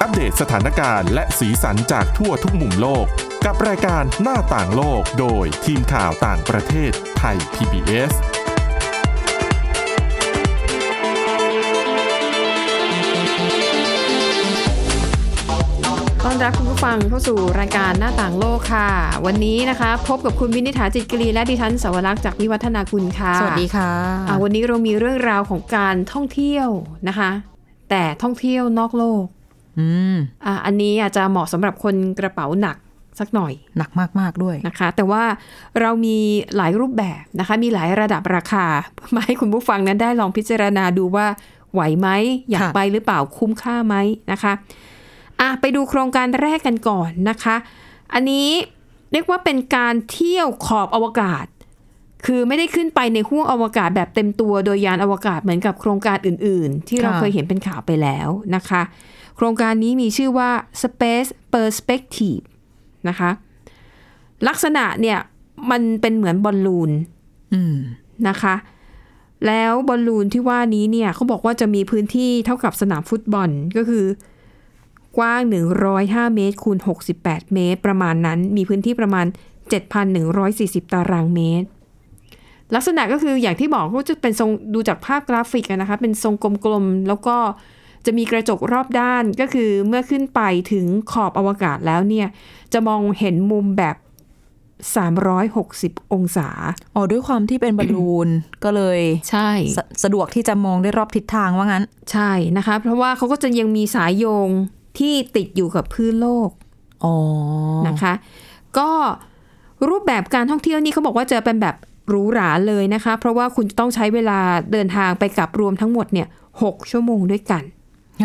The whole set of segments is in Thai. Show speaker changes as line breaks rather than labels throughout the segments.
อัปเดตสถานการณ์และสีสันจากทั่วทุกมุมโลก กับรายการหน้าต่างโลกโดยทีมข่าวต่างประเทศไทย PBS
ต้อนรับคุณผู้ฟังเข้าสู่รายการหน้าต่างโลกค่ะ วันนี้นะคะ พบกับคุณวินิษฐาจิตกรีและดิฉันสวรักษ์จากวิวัฒนาคุณค่ะ
สวัสดีค่ะ
อ่วันนี้เรามีเรื่องราวของการท่องเที่ยวนะคะ แต่ท่องเที่ยวนอกโลก
อืม
อ่ะอันนี้อาจจะเหมาะสำหรับคนกระเป๋าหนักสักหน่อย
หนักมาก ๆ ด้วย
นะคะ แต่ว่าเรามีหลายรูปแบบนะคะ มีหลายระดับราคา มาให้คุณผู้ฟังนั้นได้ลองพิจารณาดูว่าไหวไหมอยาก
ค่ะ
ไปหรือเปล่าคุ้มค่าไหมนะคะ อ่ะไปดูโครงการแรกกันก่อนนะคะ อันนี้เรียกว่าเป็นการเที่ยวขอบอวกาศ คือไม่ได้ขึ้นไปในห้วงอวกาศแบบเต็มตัวโดยยานอวกาศเหมือนกับโครงการอื่นๆ ที่เรา
ค่ะ
เคยเห็นเป็นข่าวไปแล้วนะคะ โครงการนี้มีชื่อว่า Space Perspective นะคะ ลักษณะเนี่ยมันเป็นเหมือนบอลลูน
อืม
นะคะ แล้วบอลลูนที่ว่านี้เนี่ยเขาบอกว่าจะมีพื้นที่เท่ากับสนามฟุตบอลก็คือกว้าง 105 เมตรคูณ 68 เมตร ประมาณนั้นมีพื้นที่ประมาณ 7,140 ตารางเมตร ลักษณะก็คืออย่างที่บอกก็จะเป็นทรงดูจากภาพกราฟิกอะนะคะ เป็นทรงกลมๆ แล้วก็จะมีกระจกรอบด้านก็คือเมื่อขึ้นไปถึงขอบอวกาศแล้วเนี่ย จะมองเห็นมุมแบบ 360 องศา
อ๋อ ด้วยความที่เป็นบอลลูน ก็เลย
ใช่
สสะดวกที่จะมองได้รอบทิศทางว่างั้น
ใช่นะคะ เพราะว่าเขาก็จะยังมีสายโยงที่ติดอยู่กับพื้นโลก
อ๋อ
นะคะ ก็รูปแบบการท่องเที่ยวนี่เขาบอกว่าจะเป็นแบบหรูหราเลยนะคะ เพราะว่าคุณจะต้องใช้เวลาเดินทางไปกลับรวมทั้งหมดเนี่ยหกชั่วโมงด้วยกัน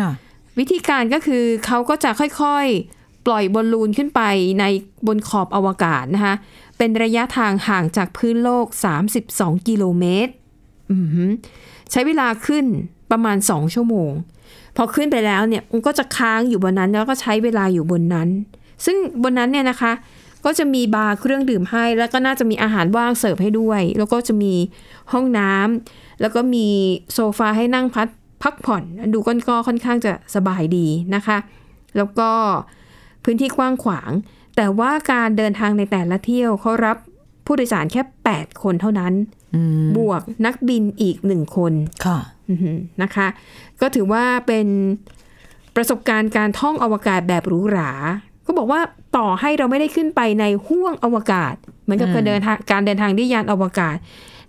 ค่ะ
วิธีการก็คือเขาก็จะค่อยๆ ปล่อยบอลลูนขึ้นไปในบนขอบอวกาศนะคะ เป็นระยะทางห่างจากพื้นโลก 32 กิโลเมตรอือหือใช้เวลาขึ้นประมาณ 2 ชั่วโมง พอขึ้นไปแล้วเนี่ยมันก็จะค้างอยู่บนนั้นแล้วก็ใช้เวลาอยู่บนนั้น ซึ่งบนนั้นเนี่ยนะคะ ก็จะมีบาร์เครื่องดื่มให้ แล้วก็น่าจะมีอาหารว่างเสิร์ฟให้ด้วย แล้วก็จะมีห้องน้ำแล้วก็มีโซฟาให้นั่งพักพักผ่อน ดูก้นก็ค่อนข้างจะสบายดีนะคะ แล้วก็พื้นที่กว้างขวาง แต่ว่าการเดินทางในแต่ละเที่ยวเขารับผู้โดยสารแค่ 8 คนเท่านั้น
อืม
บวกนักบินอีกหนึ่งคน
ค่ะ
อือหือนะคะ ก็ถือว่าเป็นประสบการณ์การท่องอวกาศแบบหรูหรา ก็บอกว่าต่อให้เราไม่ได้ขึ้นไปในห้วงอวกาศ เหมือนกับการเดินทางการเดินทางด้วยยานอวกาศ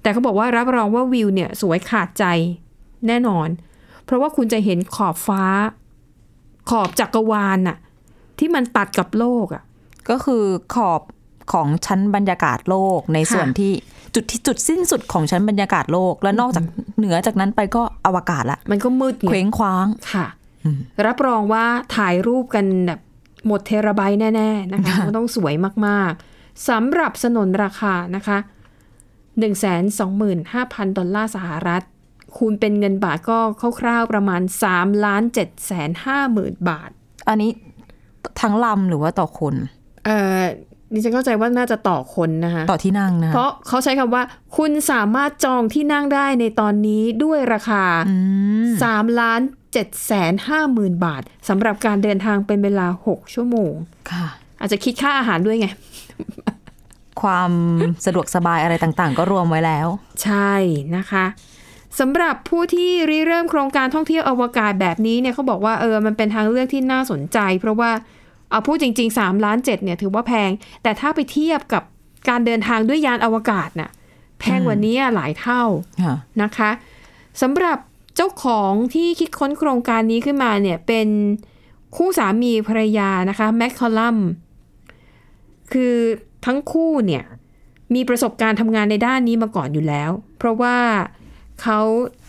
แต่เขาบอกว่ารับรองว่าวิวเนี่ยสวยขาดใจแน่นอน เพราะว่าคุณจะเห็นขอบฟ้า ขอบจักรวาลน่ะที่มันตัดกับโลกอ่ะ
ก็คือขอบของชั้นบรรยากาศโลกใน
ค่ะ
ส่วนที่จุดที่จุดสิ้นสุดของชั้นบรรยากาศโลก และนอกจากเหนือจากนั้นไปก็อวกาศละ
มันก็มืดไง
เคว้งคว้าง
ค่ะ
อืม
รับรองว่าถ่ายรูปกันแบบหมดเทราไบต์แน่ ๆ นะคะมันต้องสวยมาก ๆสำหรับสนนราคานะคะ 125,000 ดอลลาร์สหรัฐ คูณเป็นเงินบาทก็คร่าวๆประมาณ3ล้าน7แสน5หมื่นบาท
อันนี้ทั้งลำหรือว่าต่อคน
เอ่อดิฉันเข้าใจว่าน่าจะต่อคนนะคะ
ต่อที่นั่งนะ
เพราะเขาใช้คำว่า คุณสามารถจองที่นั่งได้ในตอนนี้ด้วยราคา
อืม
สามล้านเจ็ดแสนห้าหมื่นบาทสำหรับการเดินทางเป็นเวลาหกชั่วโมง
ค่ะ
อาจจะคิดค่าอาหารด้วยไง
ความสะดวกสบายอะไรต่างๆ ก็รวมไว้แล้ว
ใช่นะคะสำหรับผู้ที่ริเริ่มโครงการท่องเที่ยวอวกาศแบบนี้เนี่ยเขาบอกว่าเออมันเป็นทางเลือกที่น่าสนใจ เพราะว่าเอาพูดจริง ๆ3ล้านเเนี่ยถือว่าแพง แต่ถ้าไปเทียบกับการเดินทางด้วยยานอวกาศน่ะแพงกว่านี้หลายเท่า
ค่ะ
นะคะสำหรับเจ้าของที่คิดค้นโครงการนี้ขึ้นมาเนี่ยเป็นคู่สามีภรรยานะคะแมคคอลัมคือทั้งคู่เนี่ยมีประสบการณ์ทำงานในด้านนี้มาก่อนอยู่แล้ว เพราะว่าเขา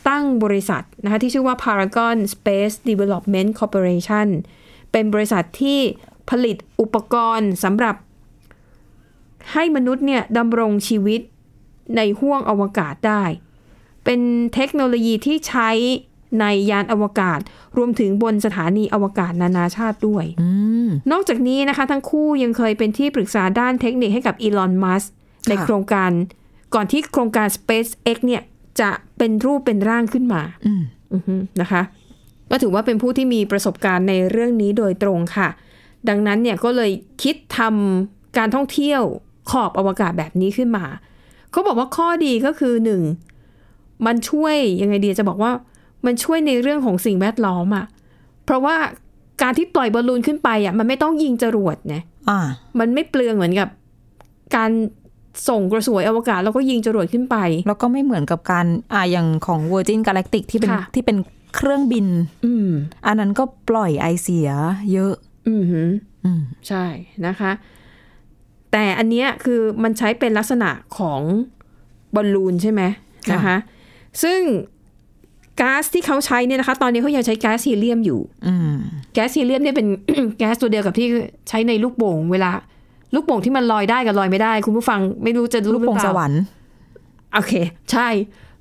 ตั้งบริษัทนะคะที่ชื่อว่า Paragon Space Development Corporation เป็นบริษัทที่ผลิตอุปกรณ์สำหรับให้มนุษย์เนี่ยดำรงชีวิตในห้วงอวกาศได้ เป็นเทคโนโลยีที่ใช้ในยานอวกาศ รวมถึงบนสถานีอวกาศนานาชาติด้วย
อืม
นอกจากนี้นะคะ ทั้งคู่ยังเคยเป็นที่ปรึกษาด้านเทคนิคให้กับอีลอนมัสในโครงการก่อนที่โครงการ SpaceX เนี่ยจะเป็นรูปเป็นร่างขึ้นมา
อืม
อือฮึนะคะ ก็ถือว่าเป็นผู้ที่มีประสบการณ์ในเรื่องนี้โดยตรงค่ะ ดังนั้นเนี่ยก็เลยคิดทำการท่องเที่ยวขอบอวกาศแบบนี้ขึ้นมา เขาบอกว่าข้อดีก็คือหนึ่งมันช่วยยังไงดีจะบอกว่ามันช่วยในเรื่องของสิ่งแวดล้อมอะ่ะเพราะว่าการที่ปล่อยบอลลูนขึ้นไปอะ่ะมันไม่ต้องยิงจรวดไง
อ่า
มันไม่เปลืองเหมือนกับการส่งกระสวยอวกาศแล้วก็ยิงจรวดขึ้นไป
แล้วก็ไม่เหมือนกับการอ่าอย่างของ Virgin Galactic ที่เป็น
ค่ะ
ที่เป็นเครื่องบิน
อืม
อันนั้นก็ปล่อยไอเสีย เยอะ
อือหือ
อืม
ใช่นะคะ แต่อันเนี้ยคือมันใช้เป็นลักษณะของบอลลูนใช่ไหม
ค่ะ
นะคะ ซึ่งก๊าซที่เขาใช้เนี่ยนะคะ ตอนนี้เขายังใช้ก๊าซฮีเลียมอยู่
อืม
แก๊สฮีเลียมเนี่ย เป็น แก๊สตัวเดียวกับที่ใช้ในลูกโป่งเวลา ลูกโป่งที่มันลอยได้กับลอยไม่ได้ คุณผู้ฟังไม่รู้จะรู้
ลูกโป่ง
หรือเปา
สวรรค์
โอเค ใช่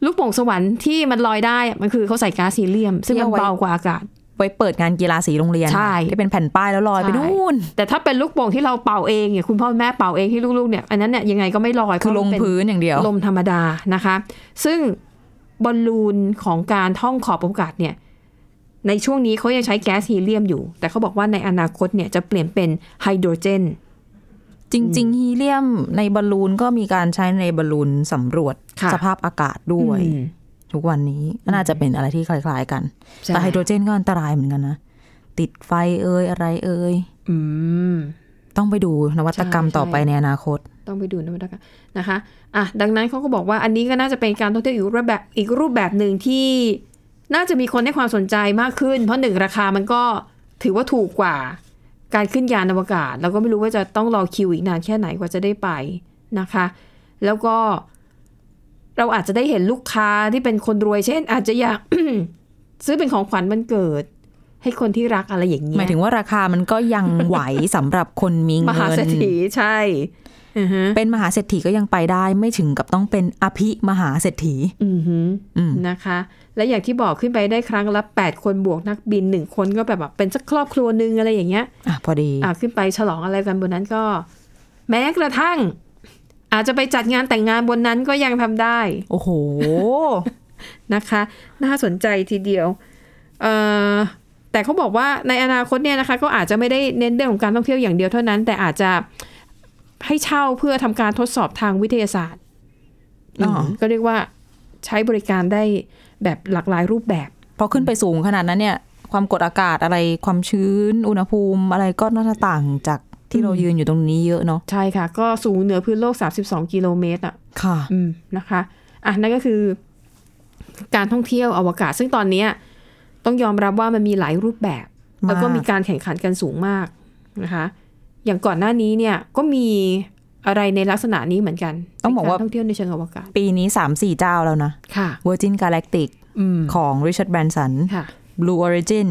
ลูกโป่งสวรรค์ที่มันลอยได้อะมันคือเขาใส่ก๊าซฮีเลียม ซึ่ง
ที่
มัน
เอาไว้
เบากว่าอากาศ
ไว้เปิดงานกีฬาสีโรงเรียน
ใช่
ที่เป็นแผ่นป้ายแล้วลอย
ใช่
ไปนู่น
แต่ถ้าเป็นลูกโป่งที่เราเป่าเองเนี่ยคุณพ่อคุณแม่เป่าเองที่ลูกๆเนี่ยอันนั้นเนี่ยยังไงก็ไม่ลอย
คือ
เพ
ล
ราะ
ง
มัเป็
พื้นอย่างเดียว
ลมธรรมดานะคะ ซึ่งบอลลูนของการท่องขอบอวกาศเนี่ยในช่วงนี้เขายังใช้แก๊สฮีเลียมอยู่ แต่เขาบอกว่าในอนาคตเนี่ยจะเปลี่ยนเป็นไฮโดรเจน
จริง ๆ ฮีเลียมในบอลลูนก็มีการใช้ในบอลลูนสำรวจ
ค่ะ
สภาพอากาศด้วย
อืม
ทุกวันนี้น่าจะเป็นอะไรที่คล้าย ๆ กัน
ใช่
แต่ไฮโดรเจนก็อันตรายเหมือนกันนะ ติดไฟเอ่ยอะไรเอ่ย
อืม
ต้องไปดูนวัตกรรม
ใช่
ต่อไปในอนาคต
ต้องไปดูนวัตกรรมนะคะอ่ะดังนั้นเขาก็บอกว่าอันนี้ก็น่าจะเป็นการท่องเที่ยวอีกรูปแบบอีกรูปแบบหนึ่งที่น่าจะมีคนให้ความสนใจมากขึ้น เพราะหนึ่งราคามันก็ถือว่าถูกกว่าการขึ้นยานอวกาศ แล้วก็ไม่รู้ว่าจะต้องรอคิวอีกนานแค่ไหนกว่าจะได้ไปนะคะ แล้วก็เราอาจจะได้เห็นลูกค้าที่เป็นคนรวย เช่น อาจจะอยาก ซื้อเป็นของขวัญวันเกิด ให้คนที่รักอะไรอย่างเงี้
หมายยถึงว่าราคามันก็ยัง ไหวสำหรับคนมี
ม
เงิน
หาเศรษฐีใช่อือฮึ
เป็นมหาเศรษฐีก็ยังไปได้ ไม่ถึงกับต้องเป็นอภิมหาเศรษฐี
อือฮึ
อืม
นะคะ และอย่างที่บอกขึ้นไปได้ครั้งละ 8 คนบวกนักบิน 1 คนก็แบบแบบเป็นสักครอบครัวหนึงอะไรอย่างเงี้ย
อ่ะพอดี
อ่ะขึ้นไปฉลองอะไรกันบนนั้นก็ แม้กระทั่ง อาจจะไปจัดงานแต่งงานบนนั้นก็ยังทำได้
โอ้โห
นะคะ น่าสนใจทีเดียวเอ่อแต่เขาบอกว่าในอนาคตเนี่ยนะคะ ก็อาจจะไม่ได้เน้นเรื่องของการท่องเที่ยวอย่างเดียวเท่านั้น แต่อาจจะให้เช่าเพื่อทำการทดสอบทางวิทยาศาสตร์
อ๋ออื
มก็เรียกว่าใช้บริการได้แบบหลากหลายรูปแบบ
พอขึ้นไปสูงขนาดนั้นเนี่ย ความกดอากาศอะไรความชื้น อุณหภูมิอะไรก็น่าจะต่างจากที่เรายืนอยู่ตรงนี้เยอะเนาะ
ใช่ค่ะ ก็สูงเหนือพื้นโลก 32 กิโลเมตรอ่ะ
ค่ะ
นะคะอ่ะนั่นก็คือ การท่องเที่ยวอวกาศ ซึ่งตอนเนี้ยต้องยอมรับว่ามันมีหลายรูปแบบ
มาก
แล้วก็มีการแข่งขันกันสูงมากนะคะ อย่างก่อนหน้านี้เนี่ยก็มีอะไรในลักษณะนี้เหมือนกัน
ต้องบอกว่า
ในรท่องเที่ยวในเชิงอวกาศ
ปีนี้ 3-4 เจ้าแล้วนะ
ค่ะ
Virgin Galactic
อืม
ของ Richard Branson
ค่ะ
Blue Origin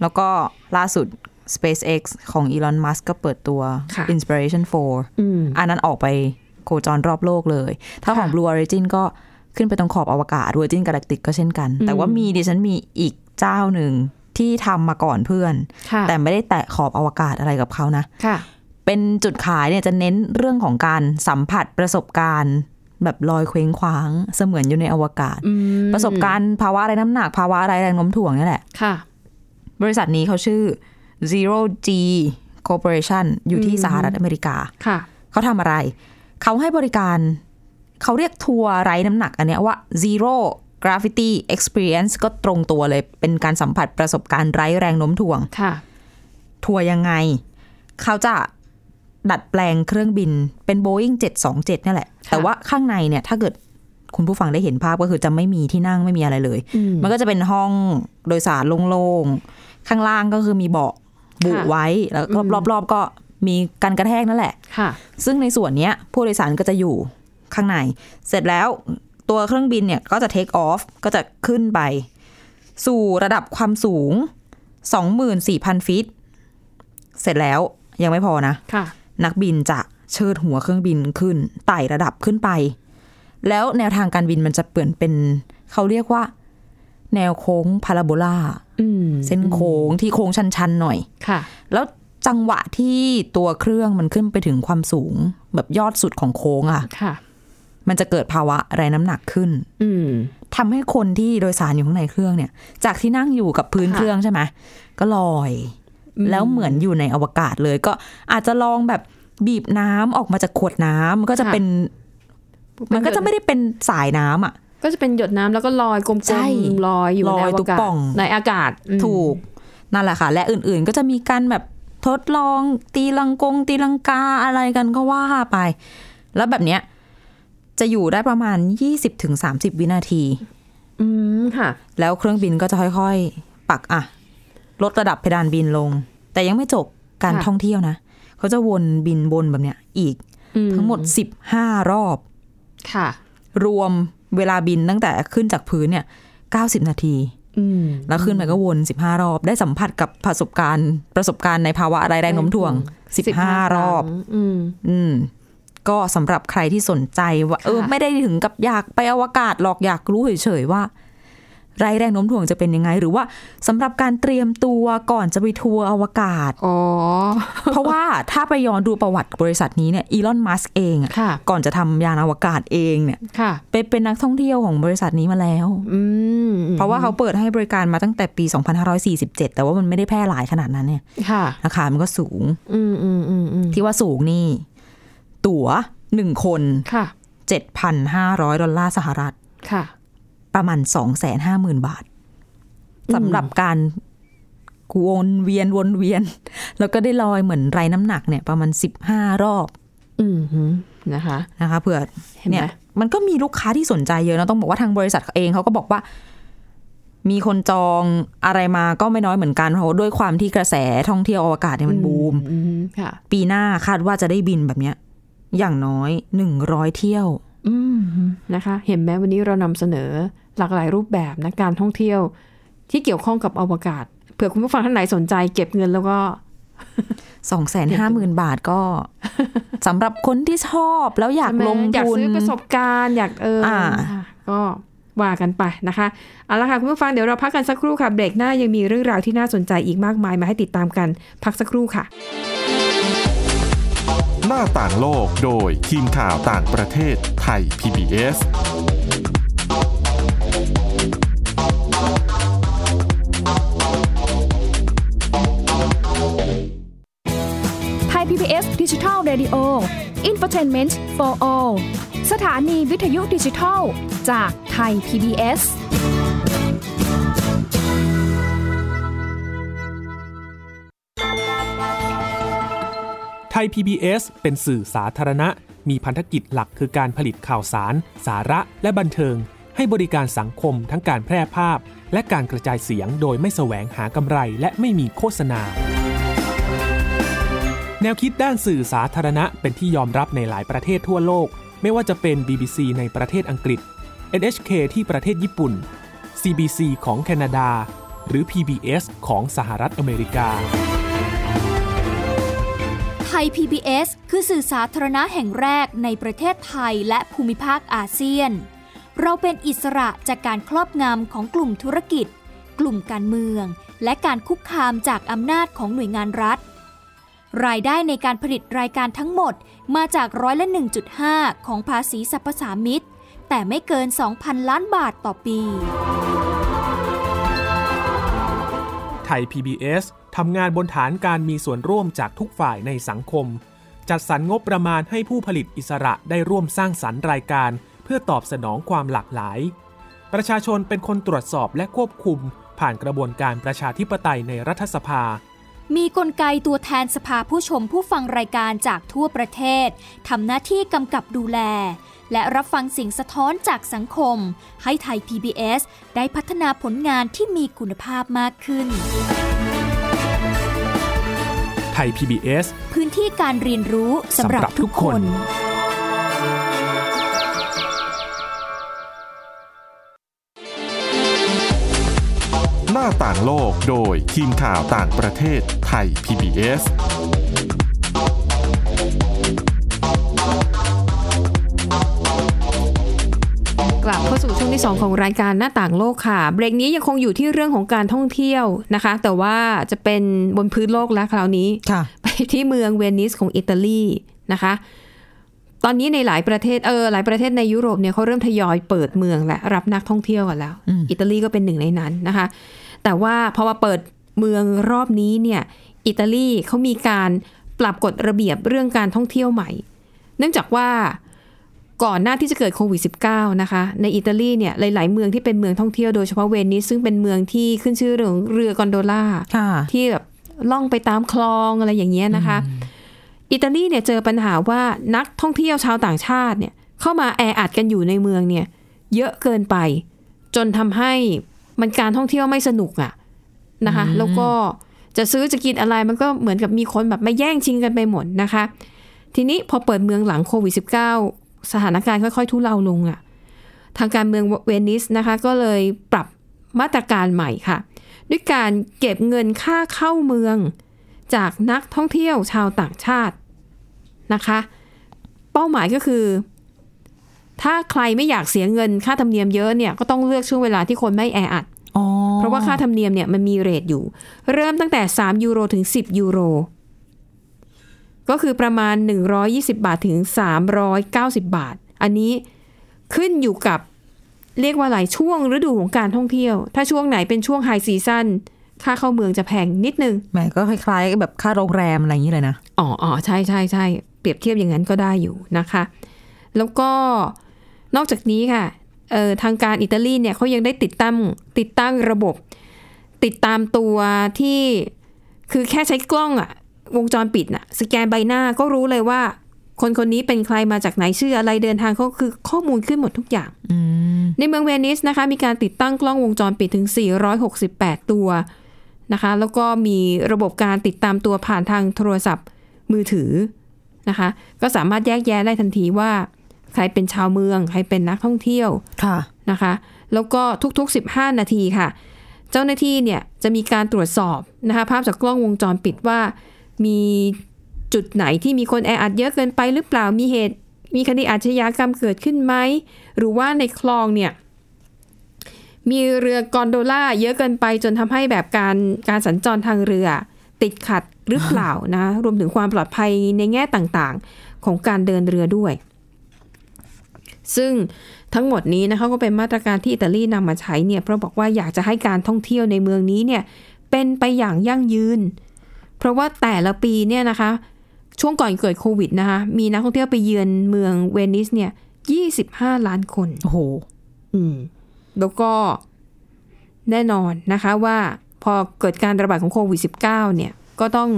แล้วก็ล่าสุด SpaceX ของ Elon Musk ก็เปิดตัว
ค่ะ
Inspiration
อืม
4 อันนั้นออกไปโคจรรอบโลกเลย ถ้าของ
ค่ะ
Blue Origin ก็ขึ้นไปตรงขอบอวกาศ Virgin Galactic ก็เช่นกัน แต่ว่ามีดิฉันมีอีกเจ้าหนึ่งที่ทำมาก่อนเพื่อน
ค่ะ
แต่ไม่ได้แตะขอบอวกาศอะไรกับเขานะ
ค่ะ
เป็นจุดขายเนี่ยจะเน้นเรื่องของการสัมผัสประสบการณ์ แบบลอยเคว้งคว้างเสมือนอยู่ในอวกาศ
อืม
ประสบการณ์ภาวะไรน้ำหนักภาวะไรแรงโน้มถ่วงนี่แหละ
ค่ะ
บริษัทนี้เขาชื่อ Zero G Corporation อยู่ที่
อืม
สหรัฐอเมริกา
ค่ะ
เขาทำอะไร เขาให้บริการเขาเรียกทัวร์ไร้น้ำหนักอันเนี้ยว่า Zero Gravity Experience ก็ตรงตัวเลยเป็นการสัมผัสประสบการณ์ไร้แรงโน้มถ่วง
ค่ะ
ทัวร์ยังไง เขาจะดัดแปลงเครื่องบินเป็น Boeing 727นี่แหละ
ค่ะ
แต่ว่าข้างในเนี่ยถ้าเกิดคุณผู้ฟังได้เห็นภาพก็คือจะไม่มีที่นั่งไม่มีอะไรเลย
อืม
มันก็จะเป็นห้องโดยสารโล่งๆ ข้างล่างก็คือมีเบาะบุ
ค่ะ
ไว้ แล้ว
อืม
รอบๆก็มีการกระแทกนั่นแหละ
ค่ะ
ซึ่งในส่วนเนี้ยผู้โดยสารก็จะอยู่ข้างใน เสร็จแล้วตัวเครื่องบินเนี่ยก็จะเทคออฟก็จะขึ้นไป สู่ระดับความสูง 24,000 ฟีต เสร็จแล้วยังไม่พอนะ
ค่ะ
นักบินจะเชิดหัวเครื่องบินขึ้นไต่ระดับขึ้นไป แล้วแนวทางการบินมันจะเปลี่ยนเป็น เขาเรียกว่า แนวโค้งพาราโบลา
อืม
เส้นโค้งที่โค้งชันๆหน่อย
ค่ะ
แล้วจังหวะที่ตัวเครื่องมันขึ้นไปถึงความสูง แบบยอดสุดของโค้งอะ
ค่ะ
มันจะเกิดภาวะไรน้ำหนักขึ้น
อืม
ทำให้คนที่โดยสารอยู่ข้างในเครื่องเนี่ย จากที่นั่งอยู่กับพื้น
ค่ะ
เครื่องใช่ไหมก็ลอย
อืม
แล้วเหมือนอยู่ในอวกาศเลย ก็อาจจะลองแบบบีบน้ำออกมาจากขวดน้ำมันก็จะ
ค่ะ
เป็นมันก็จะไม่ได้เป็นสายน้ำอ่ะ
ก็จะเป็นหยดน้ำแล้วก็ลอยกลม
ใช่
ๆลอยอยู่
ล
ใน
อย
อว
ตุ๊ก
กาศ
ป่อง
ในอากาศอืม
ถูกนั่นแหละค่ะ และอื่นๆก็จะมีการแบบทดลองตีลังกง ตีลังกาอะไรกันก็ว่าไป แล้วแบบเนี้ยจะอยู่ได้ประมาณ 20-30 วินาที
อืมค่ะ
แล้วเครื่องบินก็จะค่อยๆ ปักอ่ะ ลดระดับเพดานบินลง แต่ยังไม่จบการ
ค่ะ
ท่องเที่ยวนะ เขาจะวนบินวนแบบเนี้ยอีก
อื
ทั้งหมด 15 รอบ
ค่ะ
รวมเวลาบินตั้งแต่ขึ้นจากพื้นเนี่ย 90 นาที
อืม
แล้วขึ้นไปก็วน 15 รอบ ได้สัมผัสกับประสบการณ์ประสบการณ์ในภาวะไรแรงโน้มถ่วง 15 รอบ
คงอืม
อืม ก็สำหรับใครที่สนใจว่า เออ
ค่ะ
ไม่ได้ถึงกับอยากไปอวกาศหรอกอยากรู้เฉยๆว่าไรแรงโน้มถ่วงจะเป็นยังไง หรือว่าสำหรับการเตรียมตัวก่อนจะไปทัวร์อวกา ศ
อ๋อ
เพราะว่าถ้าไปย้อนดูประวัติบริษัทนี้เนี่ยอีลอนมัสเองอะ
ค่ะ
ก่อนจะทำยานอวกาศเองเนี่ย
ค่ะ
ไปเป็นนักท่องเที่ยวของบริษัทนี้มาแล้ว
อืม
เพราะว่าเขาเปิดให้บริการมาตั้งแต่ปี 2547 แต่ว่ามันไม่ได้แพร่หลายขนาดนั้นเนี่ย
ค่ะ
ราคามันก็สูง
อืมอืมอืมอืม
ที่ว่าสูงนี่ ตั๋วหนึ่งคน
ค่ะ
7,500 ดอลลาร์สหรัฐ
ค่ะ
ประมาณ 250,000 บาท
อืม
สำหรับการวนเวียนวนเวียน แล้วก็ได้ลอยเหมือนไรน้ำหนักเนี่ยประมาณ 15 รอบ
อืมหืมนะคะ
นะคะเผื่อ
เห็น
เนี่
ไหม
ยมันก็มีลูกค้าที่สนใจเยอะนะต้องบอกว่าทางบริษัทเองเขาก็บอกว่า มีคนจองอะไรมาก็ไม่น้อยเหมือนกันเพราะว่าด้วยความที่กระแสท่องเที่ยวอวกาศเนี่ยมันบูม
อืมค่ะ
ปีหน้าคาดว่าจะได้บินแบบเนี้ย อย่างน้อยหนึ่งร้อยเที่ยว
อืมนะคะ เห็นไหมวันนี้เรานำเสนอหลากหลายรูปแบบนะการท่องเที่ยว ที่เกี่ยวข้องกับอวกาศ เผื่อคุณผู้ฟังท่านไหนสนใจเก็บเงินแล้วก็
สองแสนห้าหมื่นบาทก็ สำหรับคนที่ชอบแล้วอยากลง
ใช่ไหมอยาก
ทุน
ซื้อประสบการณ์อยากเอออา ค่ะก็ว่ากันไปนะคะเอาละค่ะคุณผู้ฟังเดี๋ยวเราพักกันสักครู่ค่ะเบรกหน้ายังมีเรื่องราวที่น่าสนใจอีกมากมายมาให้ติดตามกันพักสักครู่ค่ะ
หน้าต่างโลกโดยทีมข่าวต่างประเทศไทย PBS
ไทย PBS Digital Radio Infotainment for All สถานีวิทยุดิจิทัลจากไทย PBS
ไทย PBS เป็นสื่อสาธารณะ มีพันธกิจหลักคือการผลิตข่าวสาร สาระและบันเทิง ให้บริการสังคมทั้งการแพร่ภาพ และการกระจายเสียงโดยไม่แสวงหากำไรและไม่มีโฆษณา แนวคิดด้านสื่อสาธารณะเป็นที่ยอมรับในหลายประเทศทั่วโลก ไม่ว่าจะเป็น BBC ในประเทศอังกฤษ NHK ที่ประเทศญี่ปุ่น CBC ของแคนาดา หรือ PBS ของสหรัฐอเมริกา
ไทย PBS คือสื่อสาธารณะแห่งแรกในประเทศไทยและภูมิภาคอาเซียน เราเป็นอิสระจากการครอบงำของกลุ่มธุรกิจ กลุ่มการเมือง และการคุกคามจากอำนาจของหน่วยงานรัฐ รายได้ในการผลิตรายการทั้งหมดมาจากร้อยละ 1.5 ของภาษีสรรพสามิตแต่ไม่เกิน 2,000 ล้านบาทต่อปี
ไทย PBS ทำงานบนฐานการมีส่วนร่วมจากทุกฝ่ายในสังคม จัดสรรงบประมาณให้ผู้ผลิตอิสระได้ร่วมสร้างสรรค์รายการ เพื่อตอบสนองความหลากหลาย ประชาชนเป็นคนตรวจสอบและควบคุม ผ่านกระบวนการประชาธิปไตยในรัฐสภา
มีกลไกตัวแทนสภาผู้ชมผู้ฟังรายการจากทั่วประเทศทำหน้าที่กำกับดูแล และรับฟังเสิ่งสะท้อนจากสังคม ให้ไทย PBS ได้พัฒนาผลงานที่มีคุณภาพมากขึ้น
ไทย PBS
พื้นที่การเรียนรู้สำหรับ
สำหรับทุ
ทุ
ก
ก
ค
คน น
หน้าต่างโลกโดยทีมข่าวต่างประเทศไทย PBS
กลับเข้าสู่ช่วงที่ 2 ของรายการหน้าต่างโลกค่ะ เบรกนี้ยังคงอยู่ที่เรื่องของการท่องเที่ยวนะคะ แต่ว่าจะเป็นบ นพื้นโลกแล้วคราวนี้
ค่ะ
ไปที่เมืองเวนิสของอิตาลีนะคะ ตอนนี้ในหลายประเทศเออหลายประเทศในยุโรปเนี่ยเขาเริ่มทยอยเปิดเมืองและรับนักท่องเที่ยวกันแล้ว
อืม
อิตาลีก็เป็นหนึ่งในนั้นนะคะ แต่ว่าพอมาเปิดเมืองรอบนี้เนี่ยอิตาลีเขามีการปรับกฎระเบียบเรื่องการท่องเที่ยวใหม่ เนื่องจากว่าก่อนหน้าที่จะเกิดโควิด -19 นะคะ ในอิตาลีเนี่ยหลาย ๆ เมืองที่เป็นเมืองท่องเที่ยวโดยเฉพาะเวนิสซึ่งเป็นเมืองที่ขึ้นชื่อเรื่องเรือกอนโดล่า
ค่ะ
ที่แบบล่องไปตามคลองอะไรอย่างเงี้ยนะคะ อิตาลีเนี่ยเจอปัญหาว่านักท่องเที่ยวชาวต่างชาติเนี่ยเข้ามาแออัดกันอยู่ในเมืองเนี่ยเยอะเกินไป จนทำให้มันการท่องเที่ยวไม่สนุกอะนะคะ แล้วก็จะซื้อจะกินอะไรมันก็เหมือนกับมีคนแบบมาแย่งชิงกันไปหมดนะคะ ทีนี้พอเปิดเมืองหลังโควิด -19 สถานการณ์ค่อย ๆ ทุเลาลงอะทางการเมืองเวนิสนะคะ ก็เลยปรับมาตรการใหม่ค่ะ ด้วยการเก็บเงินค่าเข้าเมือง จากนักท่องเที่ยวชาวต่างชาตินะคะ เป้าหมายก็คือ ถ้าใครไม่อยากเสียเงินค่าธรรมเนียมเยอะเนี่ยก็ต้องเลือกช่วงเวลาที่คนไม่แออัด
อ๋อ
เพราะว่าค่าธรรมเนียมเนี่ยมันมีเรทอยู่ เริ่มตั้งแต่ 3 ยูโรถึง 10 ยูโร ก็คือประมาณ 120 บาทถึง 390 บาท อันนี้ขึ้นอยู่กับเรียกว่าอะไรช่วงฤดูของการท่องเที่ยว ถ้าช่วงไหนเป็นช่วงไฮซีซั่นค่าเข้าเมืองจะแพงนิดนึง
แหมก็คล้ายๆแบบค่าโรงแรมอะไรอย่างนี้เลยนะ
อ๋ออ๋อใช่ใช่ใช่เปรียบเทียบอย่างนั้นก็ได้อยู่นะคะ แล้วก็นอกจากนี้ค่ะเออทางการอิตาลีเนี่ยเขายังได้ติดตั้งติดตั้งระบบ ติดตามตัวที่คือแค่ใช้กล้องอะวงจรปิดน่ะสแกนใบหน้าก็รู้เลยว่า คนคนนี้เป็นใครมาจากไหนชื่ออะไรเดินทางเขาคือข้อมูลขึ้นหมดทุกอย่าง
อืม
ในเมืองเวนิสนะคะมีการติดตั้งกล้องวงจรปิดถึง 468 ตัวนะคะ แล้วก็มีระบบการติดตามตัวผ่านทางโทรศัพท์มือถือนะคะ ก็สามารถแยกแยะได้ทันทีว่า ใครเป็นชาวเมือง ใครเป็นนักท่องเที่ยว
ค่ะ
นะคะ แล้วก็ทุกๆ 15 นาทีค่ะ เจ้าหน้าที่เนี่ยจะมีการตรวจสอบนะคะภาพจากกล้องวงจรปิดว่า มีจุดไหนที่มีคนแออัดเยอะเกินไปหรือเปล่ามีเหตุ มีคดีอาชญากรรมเกิดขึ้นไหม หรือว่าในคลองเนี่ย มีเรือกอนโดล่าเยอะเกินไปจนทำให้แบบการการสัญจรทางเรือ ติดขัดหรือเปล่านะ รวมถึงความปลอดภัยในแง่ต่างๆ ของการเดินเรือด้วย ซึ่งทั้งหมดนี้นะคะก็เป็นมาตรการที่อิตาลีนำมาใช้เนี่ยเพราะบอกว่าอยากจะให้การท่องเที่ยวในเมืองนี้เนี่ยเป็นไปอย่างยั่งยืน เพราะว่าแต่ละปีเนี่ยนะคะ ช่วงก่อนเกิดโควิดนะคะมีนักท่องเที่ยวไปเยือนเมืองเวนิสเนี่ย25 ล้านคน
โอ้โห
อืมแล้วก็แน่นอนนะคะว่าพอเกิดการระบาดของโควิด -19 เนี่ยก็ต้อง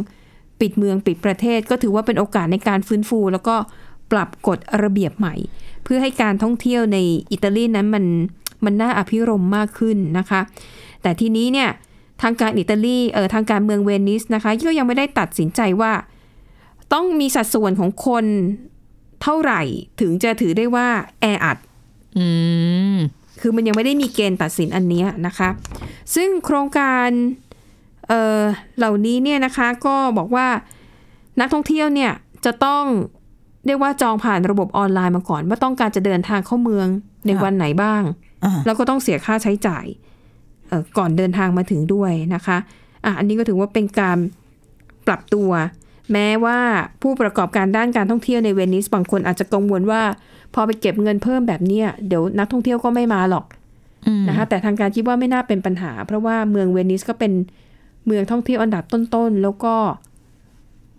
ปิดเมืองปิดประเทศ ก็ถือว่าเป็นโอกาสในการฟื้นฟู แล้วก็ปรับกฎระเบียบใหม่ เพื่อให้การท่องเที่ยวในอิตาลีนั้นมันมันน่าอภิรมย์มากขึ้นนะคะ แต่ทีนี้เนี่ยทางการอิตาลีเออทางการเมืองเวนิสนะคะก็ยังไม่ได้ตัดสินใจว่า ต้องมีสัดส่วนของคนเท่าไหร่ถึงจะถือได้ว่าแออัด
อืม
คือมันยังไม่ได้มีเกณฑ์ตัดสินอันเนี้ยนะคะ ซึ่งโครงการเอ่อเหล่านี้เนี่ยนะคะก็บอกว่านักท่องเที่ยวเนี่ยจะต้องเรียกว่าจองผ่านระบบออนไลน์มาก่อน ว่าต้องการจะเดินทางเข้าเมืองใน
ค่ะ
วันไหนบ้าง
อ่า
แล้วก็ต้องเสียค่าใช้จ่ายเอ่อก่อนเดินทางมาถึงด้วยนะคะอ่ะอันนี้ก็ถือว่าเป็นการปรับตัว แม้ว่าผู้ประกอบการด้านการท่องเที่ยวในเวนิสบางคนอาจจะกังวลว่า พอไปเก็บเงินเพิ่มแบบเนี้ยเดี๋ยวนักท่องเที่ยวก็ไม่มาหรอก
อืม
นะคะแต่ทางการคิดว่าไม่น่าเป็นปัญหา เพราะว่าเมืองเวนิสก็เป็นเมืองท่องเที่ยวอันดับต้นๆแล้วก็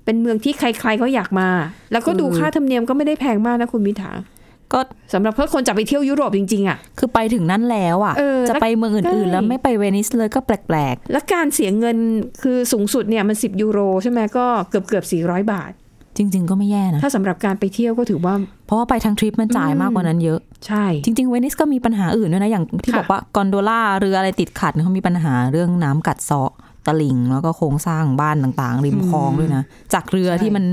เป็นเมืองที่ใครๆก็อยากมา แล้วก็ดู
คือ
ค่าธรรมเนียมก็ไม่ได้แพงมากนะคุณมิถา
ก็
สำหรับถ้าคนจะไปเที่ยวยุโรปจริงๆอ่ะ
คือไปถึงนั่นแล้วอ่ะ
เออ
จะไปเมืองอื่น
ใช่
ๆ แล้วไม่ไปเวนิสเลยก็แปลก
แล้วการเสียเงินคือสูงสุดเนี่ยมัน 10 ยูโรใช่ไหมก็เกือบเกือบ400 บาท
ๆ จริง ๆ ก็ไม่แย่นะ
ถ้าสำหรับการไปเที่ยวก็ถือว่า
เพราะว่าไปทางทริปมันจ่ายมากกว่านั้นเยอะ
ใช่
จริง ๆ เวนิสก็มีปัญหาอื่นด้วยนะ อย่างที่
ค่ะ
บอกว่ากอนโดล่าเรืออะไรติดขัดเขามีปัญหาเรื่องน้ำกัดเซาะตะลิ่ง แล้วก็โครงสร้างบ้านต่างๆ ริมคลองด้วยนะ จากเรือที่มัน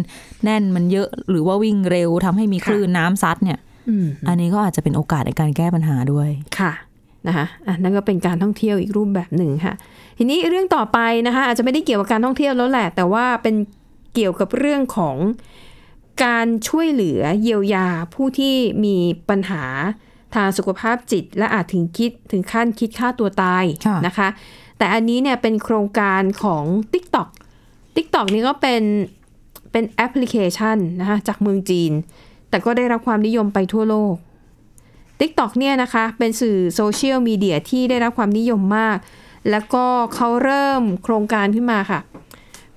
แน่นมันเยอะ หรือว่าวิ่งเร็วทำให้มีคลื่นน้ำซัดเนี่ย
อืม
อันนี้ก็อาจจะเป็นโอกาสในการแก้ปัญหาด้วย
ค่ะนะคะอ่ะนั่นก็เป็นการท่องเที่ยวอีกรูปแบบหนึ่งค่ะ ทีนี้เรื่องต่อไปนะคะ อาจจะไม่ได้เกี่ยวกับการท่องเที่ยวแล้วแหละ แต่ว่าเป็นเกี่ยวกับเรื่องของการช่วยเหลือเยียวยาผู้ที่มีปัญหาทางสุขภาพจิต และอาจถึงคิดถึงขั้นคิดฆ่าตัวตาย
ค่ะ
นะคะ แต่อันนี้เนี่ยเป็นโครงการของ TikTok TikTok นี่ก็เป็นเป็นแอปพลิเคชันนะคะจากเมืองจีน แต่ แต่ก็ได้รับความนิยมไปทั่วโลก TikTok เนี่ยนะคะเป็นสื่อโซเชียลมีเดียที่ได้รับความนิยมมาก แล้วก็เขาเริ่มโครงการขึ้นมาค่ะ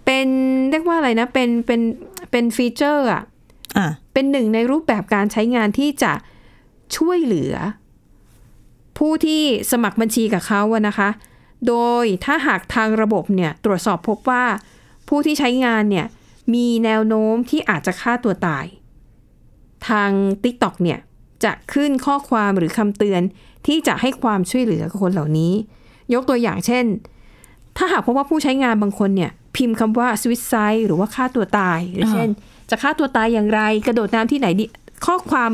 เป็นเรียกว่าอะไรนะ เป็นเป็นเป็นฟีเจอร์อะ
อ่ะ
เป็นหนึ่งในรูปแบบการใช้งานที่จะช่วยเหลือ ผู้ที่สมัครบัญชีกับเขาอะนะคะ โดยถ้าหากทางระบบเนี่ยตรวจสอบพบว่า ผู้ที่ใช้งานเนี่ยมีแนวโน้มที่อาจจะฆ่าตัวตาย ทาง TikTok เนี่ยจะขึ้นข้อความหรือคำเตือนที่จะให้ความช่วยเหลือกับคนเหล่านี้ ยกตัวอย่างเช่น ถ้าหากพบว่าผู้ใช้งานบางคนเนี่ยพิมพ์คำว่าสวิตไซหรือว่าฆ่าตัวตายหรืออา เช่น จะฆ่าตัวตายอย่างไรกระโดดน้ำที่ไหนดีข้อความ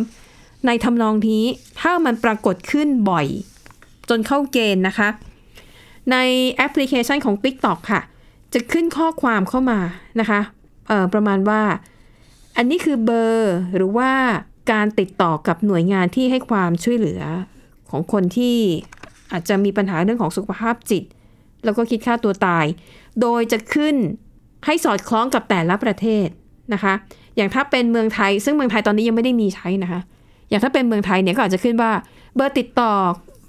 ในทำนองนี้ ถ้ามันปรากฏขึ้นบ่อย จนเข้าเกณฑ์นะคะ ในแอปพลิเคชันของ TikTok ค่ะ จะขึ้นข้อความเข้ามานะคะเอ่อประมาณว่า อันนี้คือเบอร์หรือว่าการติดต่อกับหน่วยงานที่ให้ความช่วยเหลือของคนที่อาจจะมีปัญหาเรื่องของสุขภาพจิต แล้วก็คิดฆ่าตัวตาย โดยจะขึ้นให้สอดคล้องกับแต่ละประเทศนะคะ อย่างถ้าเป็นเมืองไทย ซึ่งเมืองไทยตอนนี้ยังไม่ได้มีใช้นะคะ อย่างถ้าเป็นเมืองไทยเนี่ยก็อาจจะขึ้นว่าเบอร์ติดต่อ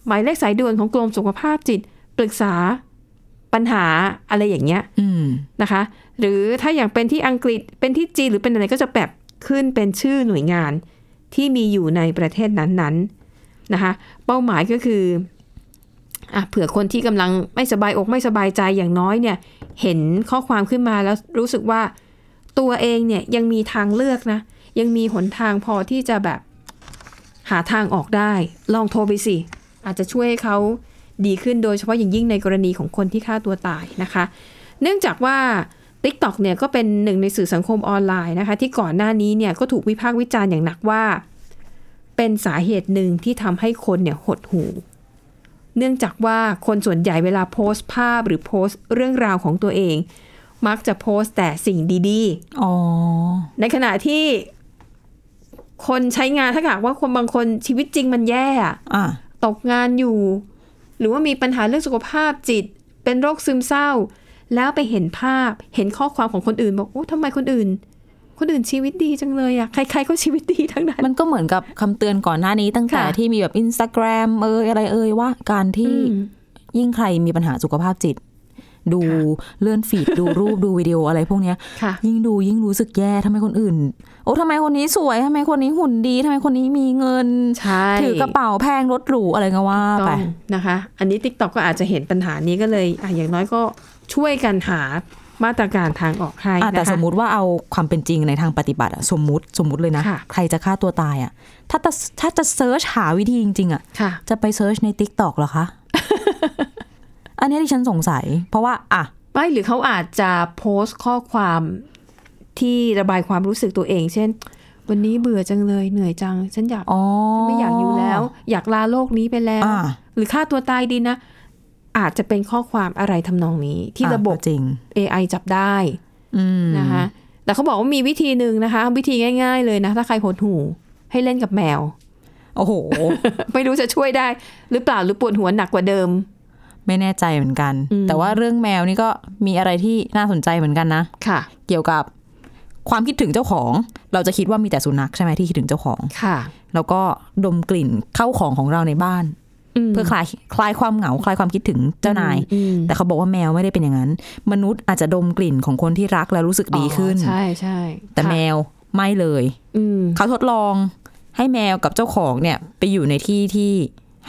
หมายเลขสายด่วนของกรมสุขภาพจิต ปรึกษาปัญหาอะไรอย่างเงี้ย
อืม
นะคะหรือถ้าอย่างเป็นที่อังกฤษเป็นที่จีนหรือเป็นอะไรก็จะแบบขึ้นเป็นชื่อหน่วยงานที่มีอยู่ในประเทศนั้นๆนะคะเป้าหมายก็คืออ่ะเผื่อคนที่กำลังไม่สบายอกไม่สบายใจอย่างน้อยเนี่ยเห็นข้อความขึ้นมาแล้วรู้สึกว่าตัวเองเนี่ยยังมีทางเลือกนะยังมีหนทางพอที่จะแบบหาทางออกได้ ลองโทรไปสิ อาจจะช่วยให้เขาดีขึ้นโดยเฉพาะอย่างยิ่งในกรณีของคนที่ฆ่าตัวตายนะคะ เนื่องจากว่า TikTok เนี่ยก็เป็นหนึ่งในสื่อสังคมออนไลน์นะคะ ที่ก่อนหน้านี้เนี่ยก็ถูกวิพากษ์วิจารณ์อย่างหนักว่า เป็นสาเหตุหนึ่งที่ทำให้คนเนี่ยหดหู่เนื่องจากว่าคนส่วนใหญ่เวลาโพสต์ภาพหรือโพสต์เรื่องราวของตัวเอง มักจะโพสต์แต่สิ่งดีๆ
อ๋อ
ในขณะที่คนใช้งานถ้าหากว่าคนบางคนชีวิตจริงมันแย่อะ
อ่ะ
ตกงานอยู่ หรือว่ามีปัญหาเรื่องสุขภาพจิต เป็นโรคซึมเศร้า แล้วไปเห็นภาพเห็นข้อความของคนอื่น บอกโอ้ทำไมคนอื่น คนอื่นชีวิตดีจังเลยอะใคร ๆ ก็ชีวิตดีทั้งนั้น
มันก็เหมือนกับคำเตือนก่อนหน้านี้ตั้งแต่
ค่ะ
ที่มีแบบอินสตาแกรมเอยอะไรเอยว่าการที่
อืม
ยิ่งใครมีปัญหาสุขภาพจิต ดู
ค่ะ
เลื่อนฟี ด ดูรูปดูวิดีโออะไรพวกเนี้ย
ค่ะ
ยิ่งดูยิ่งรู้สึกแย่ทำไมคนอื่น โอ้ทำไมคนนี้สวยทำไมคนนี้หุ่นดีทำไมคนนี้มีเงิน
ใช่
ถือกระเป๋าแพงรถหรูอะไรก็ว่า
ต้
ไป
องนะคะ อันนี้ TikTok ก็อาจจะเห็นปัญหานี้ก็เลยอะอย่างน้อยก็ช่วยกันหามาตรการทางออกให้
อ่ะแต่
นะคะ
สมมุติว่าเอาความเป็นจริงในทางปฏิบัติอะสมมุติสมมุติเลยนะ
ค่ะ
ใครจะฆ่าตัวตายอะถ้าจะถ้าจะเซิร์ชหาวิธีจริงๆอะ
ค่ะ
จะไปเซิร์ชใน t ิ k t o k เหรอ คะ อันนี้ที่ฉันสงสัย เพราะว่าอ่ะ
ไม่หรือเขาอาจจะโพสต์ข้อความที่ระบายความรู้สึกตัวเอง เช่น วันนี้เบื่อจังเลยเหนื่อยจัง ฉันอยาก
อ๋อ
ไม่อยากอยู่แล้ว อยากลาโลกนี้ไปแล้ว
อ่ะ
หรือฆ่าตัวตายดีนะ อาจจะเป็นข้อความอะไรทำนองนี้ ที่
อ่
ระบบ
ก็จริง
AI จับได้
อืม
นะคะแต่เขาบอกว่ามีวิธีหนึ่งนะคะ วิธีง่าย ๆ เลยนะ ถ้าใครหดหูให้เล่นกับแมว
โอ้โห
ไม่รู้จะช่วยได้ หรือเปล่าหรือปวดหัวหนักกว่าเดิม
ไม่แน่ใจเหมือนกัน
อืม
แต่ว่าเรื่องแมวนี่ก็มีอะไรที่น่าสนใจเหมือนกันนะ
ค่ะ
เกี่ยวกับความคิดถึงเจ้าของ เราจะคิดว่ามีแต่สุนัขใช่ไหมที่คิดถึงเจ้าของ
ค่ะ
แล้วก็ดมกลิ่นเข้าของของเราในบ้าน
ม
เพื่อคลายคลายความเหงาคลายความคิดถึงเจ้านาย
อืม
แต่เขาบอกว่าแมวไม่ได้เป็นอย่างนั้น มนุษย์อาจจะดมกลิ่นของคนที่รักแล้วรู้สึกดีขึ้น
อ๋อใช่ใช่
แต่
ค่ะ
แมวไม่เลย
อืม
เขาทดลองให้แมวกับเจ้าของเนี่ยไปอยู่ในที่ที่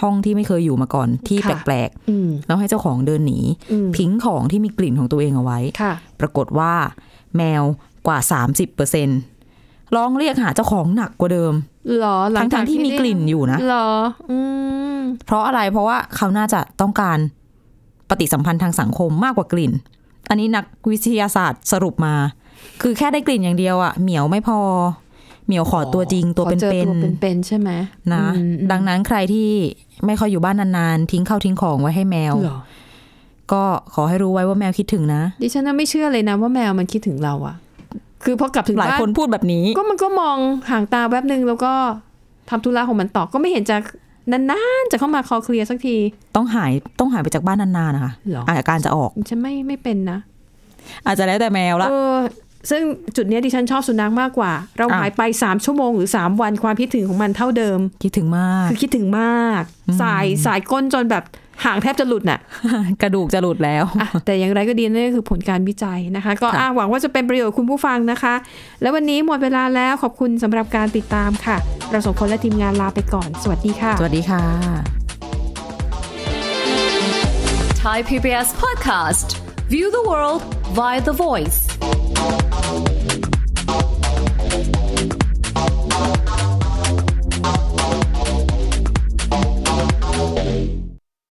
ห้องที่ไม่เคยอยู่มาก่อนที่
ค่ะ
แปลก
อืม
ๆแล้วให้เจ้าของเดินหนี
อืม
ทิ้งของที่มีกลิ่นของตัวเองเอาไว้
ค่ะ
ปรากฏว่า แมวกว่า 30%ร้องเรียกหาเจ้าของหนักกว่าเดิม
หรอหลั
ทั้
ง
ง
จา
ทที่มีกลิ่นอยู่นะ
หรอ อืม
เพราะอะไรเพราะว่าเขาน่าจะต้องการปฏิสัมพันธ์ทางสังคมมากกว่ากลิ่น อันนี้นักวิทยาศาสตร์สรุปมา คือแค่ได้กลิ่นอย่างเดียวอะเหมียวไม่พอ เหมียวขอตัวจริงตัว
ขอ
เป็น
จอ
ๆ
ตัวเป็นเป็นๆใช่ไหม
นะ
อืม
ดังนั้นใครที่ไม่ค่อยอยู่บ้านนานๆ ทิ้งข้าวทิ้งของไว้ให้แมว
หรอ
ก็ขอให้รู้ไว้ว่าแมวคิดถึงนะ
ดิฉันน่ะไม่เชื่อเลยนะว่าแมวมันคิดถึงเราอะคือพอกลับถึง
หลาย
บ้าน
คนพูดแบบนี้
ก็มันก็มองห่างตาแวบหนึ่งแล้วก็ทำธุระของมันต่อก็ไม่เห็นจะนานๆจะเข้ามาคอเคลียร์สักที
ต้องหายต้องหายไปจากบ้านนานๆนะคะ
หรอ
อาการจะออก
ฉันไม่ไม่เป็นนะ
อาจจะแล้วแต่แมวละ
เออ ซึ่งจุดเนี้ยดิฉันชอบสุนัขมากกว่า เรา
อ่ะ
หายไป 3 ชั่วโมงหรือ 3 วันความคิดถึงของมันเท่าเดิม
คิดถึง มาก
คือคิดถึงมาก สายสายก้นจนแบบห่างแทบจะหลุดน่ะ
กระดูกจะหลุดแล้ว
อ่ะแต่อย่างไรก็ดีนั่นก็คือผลการวิจัยนะคะ ก็
ค่ะ
อ้าหวังว่าจะเป็นประโยชน์คุณผู้ฟังนะคะ แล้ววันนี้หมดเวลาแล้วขอบคุณสำหรับการติดตามค่ะ เราสองคนและทีมงานลาไปก่อน สวัสดีค่ะ
สวัสดีค่ะ
Thai PBS podcast. View the world via the voice.